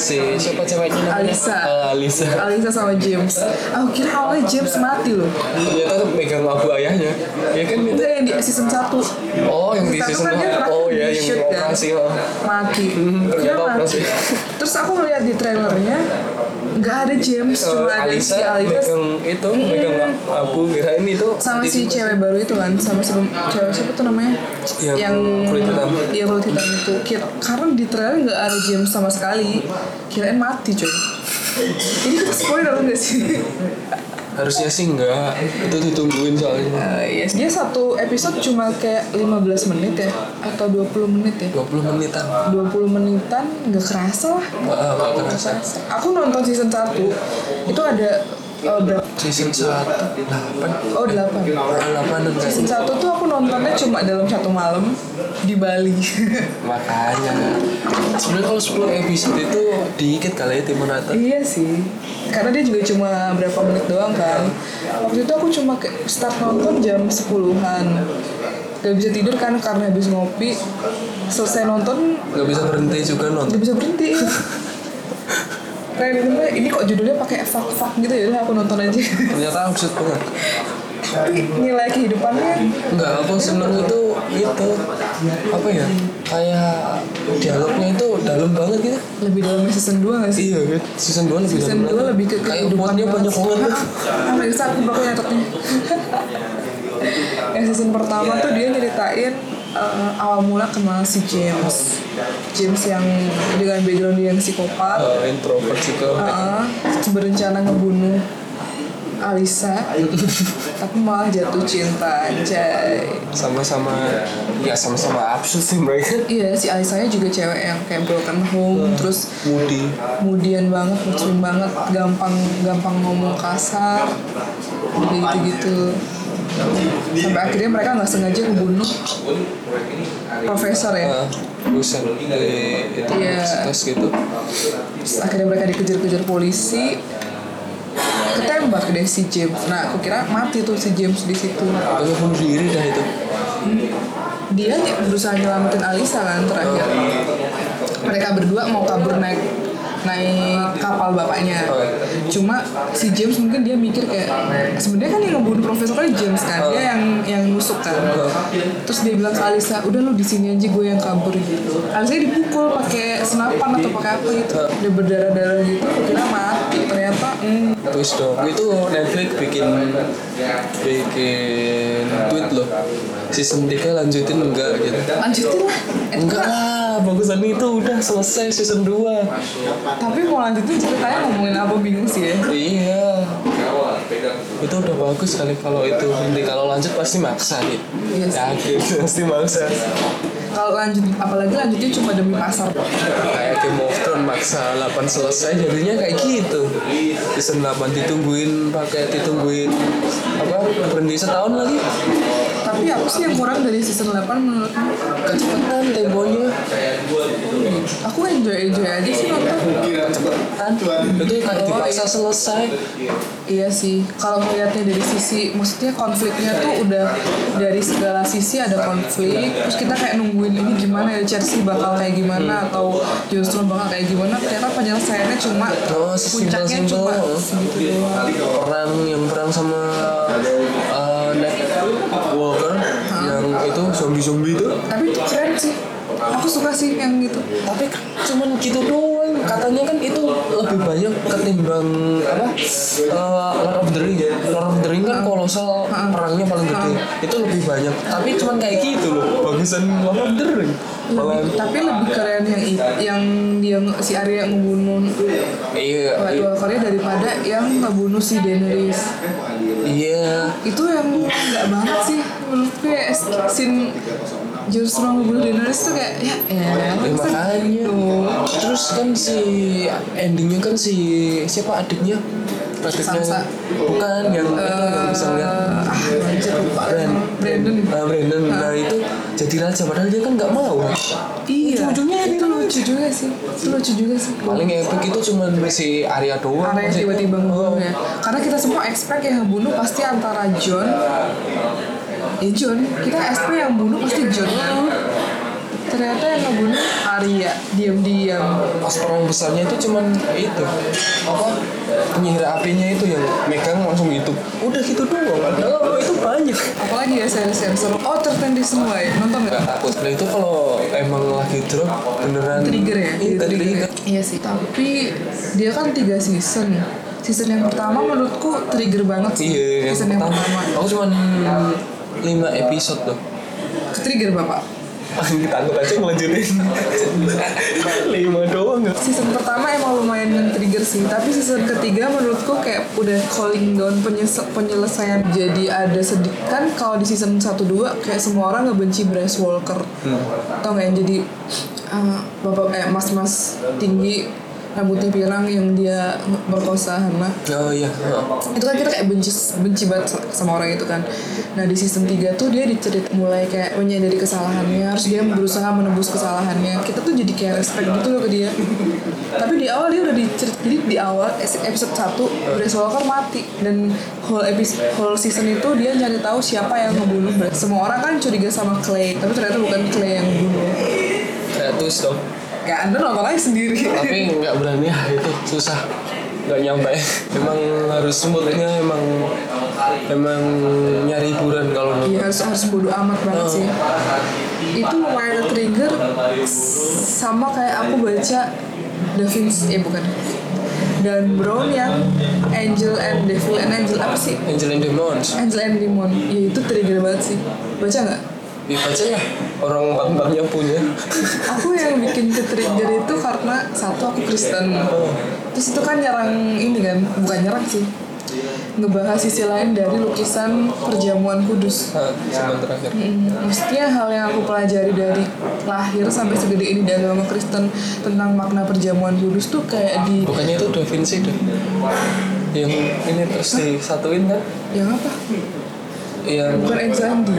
[SPEAKER 2] si siapa ceweknya namanya
[SPEAKER 1] Alisa.
[SPEAKER 2] Ah, Alisa
[SPEAKER 1] Alisa sama James. Aku kira awalnya James mati loh.
[SPEAKER 2] ternyata megang abu ayahnya ya kan itu
[SPEAKER 1] Enggak yang di season 1
[SPEAKER 2] oh yang di
[SPEAKER 1] Satu
[SPEAKER 2] season
[SPEAKER 1] kan dia terakhir
[SPEAKER 2] oh ya
[SPEAKER 1] di shoot
[SPEAKER 2] yang
[SPEAKER 1] kan?
[SPEAKER 2] operasi oh.
[SPEAKER 1] mati. Kira
[SPEAKER 2] ternyata
[SPEAKER 1] mati.
[SPEAKER 2] operasi.
[SPEAKER 1] Terus aku ngeliat di trailernya nggak ada James, cuma ada si
[SPEAKER 2] Eh, Alisa
[SPEAKER 1] Alisa Hmm.
[SPEAKER 2] megang itu megang abu kirain itu
[SPEAKER 1] sama si cewek baru itu kan sama si pem- cewek siapa tuh namanya
[SPEAKER 2] Yang Iya, kulit hitam.
[SPEAKER 1] iya kulit hitam itu kira karena di trailer nggak ada James sama sekali kirain mati coy ini kita spoiler nggak sih
[SPEAKER 2] harusnya sih enggak itu ditungguin soalnya
[SPEAKER 1] Eh, Iya, dia satu episode cuma kayak 15 menit ya atau 20 menit ya
[SPEAKER 2] 20 menitan
[SPEAKER 1] 20 menitan nggak kerasa lah
[SPEAKER 2] Ah, gak kerasa
[SPEAKER 1] aku nonton season 1 itu ada eh, berapa
[SPEAKER 2] season 1 8
[SPEAKER 1] oh 8
[SPEAKER 2] 8 enggak
[SPEAKER 1] season 1 tuh aku nontonnya cuma dalam satu malam di Bali
[SPEAKER 2] makanya sebenarnya kalau 10 episode itu dikit kali ya tim rata
[SPEAKER 1] Iya sih. Karena dia juga cuma berapa menit doang kan. Waktu itu aku cuma kayak start nonton jam 10-an. Gak bisa tidur kan karena habis ngopi. Selesai nonton
[SPEAKER 2] nggak bisa berhenti juga nonton
[SPEAKER 1] gak bisa berhenti. Kayak tiba-tiba, ini kok judulnya pakai fuck fuck gitu ya udah aku nonton aja.
[SPEAKER 2] ternyata absurd banget
[SPEAKER 1] Tapi nilai kehidupannya
[SPEAKER 2] Enggak, aku seneng itu itu apa ya kayak dialognya itu dalam banget gitu
[SPEAKER 1] lebih dalam season 2 gak sih?
[SPEAKER 2] iya kan season 2 lebih
[SPEAKER 1] Season 2 lebih ke
[SPEAKER 2] kayak
[SPEAKER 1] kehidupan
[SPEAKER 2] buatnya banyak
[SPEAKER 1] Ah,
[SPEAKER 2] banget
[SPEAKER 1] ah, ah, Melisa, aku bakal nyatetnya. Yang season pertama tuh dia nyeritain eh, awal mula kenal si James. James yang dengan background dia yang psikopat,
[SPEAKER 2] Eh, introvert juga
[SPEAKER 1] eh, berencana ngebunuh Alisa, tapi malah jatuh cinta, anjay.
[SPEAKER 2] sama-sama ya sama-sama absurd sih mereka
[SPEAKER 1] Iya, si Alisanya juga cewek yang kayak broken home, terus
[SPEAKER 2] Moody
[SPEAKER 1] kemudian banget muslim banget gampang gampang ngomong kasar gitu gitu sampai akhirnya mereka nggak sengaja ngebunuh profesor ya
[SPEAKER 2] Eh, dosen dari itu
[SPEAKER 1] Iya.
[SPEAKER 2] universitas gitu
[SPEAKER 1] Terus akhirnya mereka dikejar-kejar polisi ketembak deh si James nah aku kira mati tuh si James di situ
[SPEAKER 2] tapi bunuh diri dah itu
[SPEAKER 1] dia ny- berusaha nyelamatin Alisa kan terakhir mereka berdua mau kabur naik naik kapal bapaknya cuma si James mungkin dia mikir kayak sebenarnya kan yang ngebunuh profesor kan James kan dia yang yang nusuk kan terus dia bilang ke Alisa udah lu di sini aja gue yang kabur gitu Alisa dipukul pakai senapan atau pakai apa gitu udah berdarah darah gitu kira mati ternyata hmm,
[SPEAKER 2] Twist dong. Itu Netflix bikin bikin tweet loh. Season 3 lanjutin enggak gitu.
[SPEAKER 1] lanjutin lah Eh,
[SPEAKER 2] Enggak lah, bagusan itu udah selesai season 2.
[SPEAKER 1] tapi mau lanjutin ceritanya ngomongin apa bingung sih ya
[SPEAKER 2] Iya. Itu udah bagus kali kalau itu. Nanti kalau lanjut pasti maksa nih.
[SPEAKER 1] Iya sih.
[SPEAKER 2] Yakin pasti maksa.
[SPEAKER 1] kalau lanjut apalagi lanjutnya cuma demi pasar
[SPEAKER 2] Kayak Game of Thrones maksa 8 selesai jadinya kayak gitu. Season 8 ditungguin pakai ditungguin apa berhenti setahun lagi.
[SPEAKER 1] tapi apa sih yang kurang dari season 8 menurutmu
[SPEAKER 2] Kecepetan temponya.
[SPEAKER 1] aku enjoy enjoy aja sih nonton
[SPEAKER 2] Itu kayak dipaksa selesai.
[SPEAKER 1] Iya sih, kalau melihatnya dari sisi, maksudnya konfliknya tuh udah dari segala sisi ada konflik. Terus kita kayak nungguin ini gimana ya Chelsea bakal kayak gimana atau Johnstone bakal kayak gimana. Ternyata penyelesaiannya cuma
[SPEAKER 2] Oh,
[SPEAKER 1] puncaknya
[SPEAKER 2] sesimpel-simpel.
[SPEAKER 1] cuma segitu doang.
[SPEAKER 2] perang yang perang sama uh, Night Walker yang itu zombie-zombie itu
[SPEAKER 1] Tapi itu keren sih. Aku suka sih yang gitu.
[SPEAKER 2] tapi cuman gitu doang katanya kan itu lebih banyak ketimbang apa uh, Lord of the Ring ya Lord of the Ring kan kolosal perangnya paling gede itu lebih banyak tapi cuman kayak gitu loh bagusan Lord of the Ring malah
[SPEAKER 1] Lebih, tapi lebih keren yang i- yang dia nge- si Arya ngebunuh
[SPEAKER 2] iya
[SPEAKER 1] White
[SPEAKER 2] i-
[SPEAKER 1] Walker-nya daripada yang ngebunuh si Daenerys.
[SPEAKER 2] iya
[SPEAKER 1] itu yang nggak banget sih menurutku ya es- scene justru ngebunuh Daenerys tuh kayak ya elah,
[SPEAKER 2] Ya,
[SPEAKER 1] masa
[SPEAKER 2] makanya
[SPEAKER 1] gitu?
[SPEAKER 2] terus kan si endingnya kan si siapa adiknya adiknya
[SPEAKER 1] Sansa.
[SPEAKER 2] bukan yang itu yang bisa
[SPEAKER 1] Eh,
[SPEAKER 2] lihat
[SPEAKER 1] ah anjir lupa
[SPEAKER 2] Brand-
[SPEAKER 1] Brandon
[SPEAKER 2] Ah, Brandon nah itu jadi raja padahal dia kan nggak mau
[SPEAKER 1] iya
[SPEAKER 2] Ujung-ujungnya
[SPEAKER 1] itu lucu juga sih itu lucu juga sih
[SPEAKER 2] paling epic itu cuman si Arya
[SPEAKER 1] karena yang
[SPEAKER 2] doang masih-
[SPEAKER 1] Hmm. tiba-tiba ngebunuh ya karena kita semua expect yang ngebunuh pasti antara John ya John kita expect yang bunuh pasti John ternyata yang ngebunuh Arya diam-diam
[SPEAKER 2] pas perang besarnya itu cuman itu apa penyihir apinya itu yang megang langsung hidup udah gitu doang padahal kalau itu banyak
[SPEAKER 1] apalagi ya series yang seru oh tertentu semua ya nonton
[SPEAKER 2] nggak
[SPEAKER 1] nggak
[SPEAKER 2] takut nah itu kalau emang lagi drop beneran
[SPEAKER 1] trigger ya
[SPEAKER 2] iya,
[SPEAKER 1] jadi
[SPEAKER 2] trigger.
[SPEAKER 1] iya sih tapi dia kan tiga season season yang pertama menurutku trigger banget sih
[SPEAKER 2] Iya,
[SPEAKER 1] season yang pertama
[SPEAKER 2] Aku cuman 5 episode loh.
[SPEAKER 1] trigger bapak
[SPEAKER 2] Takut aja ngelanjutin. 5 doang. ya?
[SPEAKER 1] season pertama emang lumayan men-trigger sih tapi season ketiga menurutku kayak udah calling down penyes- penyelesaian jadi ada sedikit kan kalau di season 1-2 kayak semua orang ngebenci Bryce Walker tau gak yang jadi eh, bapak eh mas-mas tinggi rambutnya pirang yang dia berkosa Hannah
[SPEAKER 2] Oh iya.
[SPEAKER 1] itu kan kita kayak benci benci banget sama orang itu kan nah di season 3 tuh dia dicerit mulai kayak menyadari kesalahannya harus dia berusaha menembus kesalahannya kita tuh jadi kayak respect gitu loh ke dia tapi di awal dia udah dicerit jadi di awal es- episode 1 Bryce Walker kan mati dan whole episode whole season itu dia nyari tahu siapa yang ngebunuh Bryce. semua orang kan curiga sama Clay tapi ternyata bukan Clay yang ngebunuh
[SPEAKER 2] Kayak twist dong.
[SPEAKER 1] kayak anda nonton aja sendiri
[SPEAKER 2] Tapi nggak berani ah itu susah. Nggak nyampe. Emang harus moodnya emang emang nyari hiburan kalau
[SPEAKER 1] Iya harus harus bodo amat banget sih. Itu lumayan trigger sama kayak aku baca Davin eh bukan dan Brown yang Angel and Devil and Angel apa sih?
[SPEAKER 2] Angel and Demons.
[SPEAKER 1] Angel and Demon. Ya itu trigger banget sih. Baca nggak?
[SPEAKER 2] Dibaca ya. Orang empat-empatnya punya.
[SPEAKER 1] Aku yang bikin ke trigger itu karena satu aku Kristen. Terus itu kan nyerang ini kan, bukan nyerang sih. Ngebahas sisi lain dari lukisan perjamuan kudus.
[SPEAKER 2] Nah, zaman terakhir.
[SPEAKER 1] Mm, Maksudnya hal yang aku pelajari dari lahir sampai segede ini di agama Kristen tentang makna perjamuan kudus tuh kayak di
[SPEAKER 2] Bukannya itu Da Vinci deh. Yang ini terus disatuin kan?
[SPEAKER 1] yang apa?
[SPEAKER 2] Yang
[SPEAKER 1] Bukan Exandi.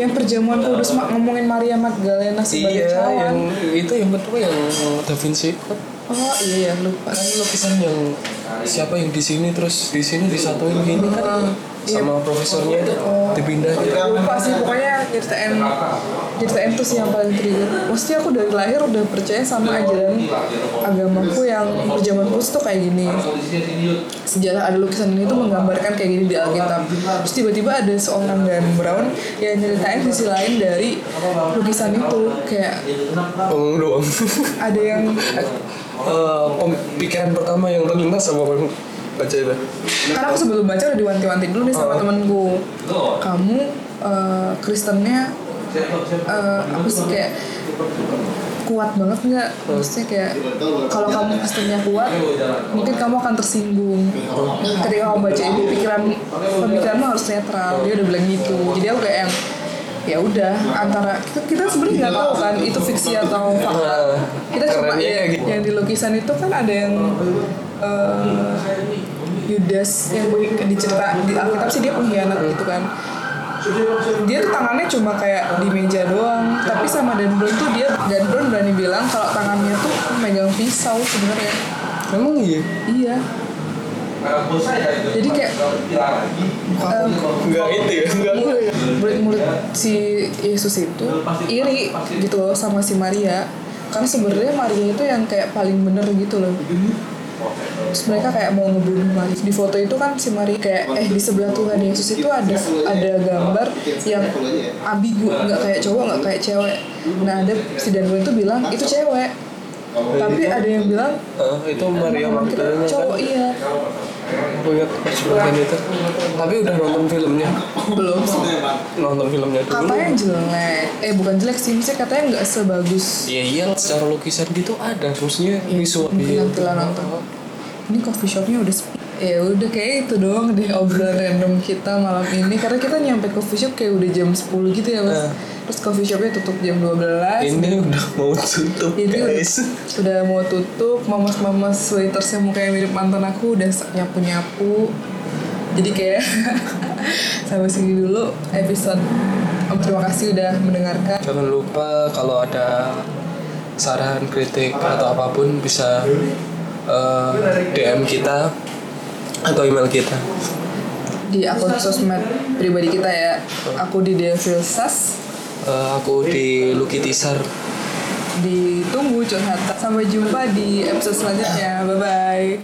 [SPEAKER 1] yang perjamuan kudus mak ngomongin Maria Magdalena sebagai
[SPEAKER 2] Iya,
[SPEAKER 1] cawan.
[SPEAKER 2] yang itu yang kedua yang Da Vinci Code.
[SPEAKER 1] Oh iya ya lupa.
[SPEAKER 2] kan lukisan yang siapa yang di sini terus di sini disatuin gini kan sama profesornya dipindah gitu.
[SPEAKER 1] lupa sih pokoknya nyeritain nyeritain tuh sih yang paling trigger maksudnya aku dari lahir udah percaya sama ajaran agamaku yang di zaman Buddha tuh kayak gini sejarah ada lukisan ini tuh menggambarkan kayak gini di Alkitab terus tiba-tiba ada seorang gambaran yang nyeritain sisi lain dari lukisan itu kayak
[SPEAKER 2] Ngomong doang.
[SPEAKER 1] ada yang
[SPEAKER 2] Eh, pem- pikiran pertama yang terlintas apa yang baca itu?
[SPEAKER 1] karena aku sebelum baca udah diwanti-wanti dulu nih sama temenku kamu eh, Kristennya eh, apa sih kayak kuat banget nggak maksudnya kayak kalau kamu Kristennya kuat mungkin kamu akan tersinggung ketika kamu baca ini pikiran pemikiranmu harus netral dia udah bilang gitu jadi aku kayak yang ya udah antara kita, kita sebenarnya nggak tahu kan itu fiksi atau fakta
[SPEAKER 2] Eh,
[SPEAKER 1] kita cuma
[SPEAKER 2] kerennya
[SPEAKER 1] ya,
[SPEAKER 2] kayak gitu.
[SPEAKER 1] yang di lukisan itu kan ada yang eh, Yudas yang dicerita di Alkitab sih dia pengkhianat gitu kan dia tuh tangannya cuma kayak di meja doang tapi sama Dan Brown tuh dia Dan Brown berani bilang kalau tangannya tuh megang pisau sebenarnya
[SPEAKER 2] Emang iya?
[SPEAKER 1] iya jadi kayak em,
[SPEAKER 2] Enggak itu ya? Enggak.
[SPEAKER 1] murid-murid si Yesus itu iri gitu loh sama si Maria karena sebenarnya Maria itu yang kayak paling bener gitu loh terus mereka kayak mau ngebunuh Maria di foto itu kan si Maria kayak eh di sebelah Tuhan Yesus itu ada ada gambar yang ambigu nggak kayak cowok nggak kayak cewek nah ada si Daniel itu bilang itu cewek tapi ada yang bilang
[SPEAKER 2] Eh, itu Maria
[SPEAKER 1] "Emang kita
[SPEAKER 2] Magdalena kan?
[SPEAKER 1] cowok iya
[SPEAKER 2] Aku ingat pas bulan itu. Tapi udah nonton filmnya.
[SPEAKER 1] belum sih
[SPEAKER 2] Nonton filmnya dulu.
[SPEAKER 1] katanya jelek eh bukan jelek sih maksudnya katanya nggak sebagus
[SPEAKER 2] Iya iya secara lukisan gitu ada maksudnya visual. Iya.
[SPEAKER 1] penampilan atau ini coffee shopnya udah sepi ya udah kayak itu doang deh obrolan random kita malam ini karena kita nyampe coffee shop kayak udah jam 10 gitu ya mas
[SPEAKER 2] Nah.
[SPEAKER 1] terus coffee shopnya tutup jam 12
[SPEAKER 2] Ini udah mau tutup
[SPEAKER 1] jadi udah,
[SPEAKER 2] guys.
[SPEAKER 1] udah mau tutup mamas-mamas waitersnya mukanya mirip mantan aku udah nyapu-nyapu jadi kayak sampai sini dulu episode Om, terima kasih udah mendengarkan
[SPEAKER 2] Jangan lupa kalau ada saran, kritik atau apapun bisa eh, DM kita atau email kita.
[SPEAKER 1] di akun sosmed pribadi kita ya aku di Devilsas
[SPEAKER 2] Eh, aku di Lucky Tisar.
[SPEAKER 1] ditunggu curhatan. Sampai jumpa di episode selanjutnya. Bye bye.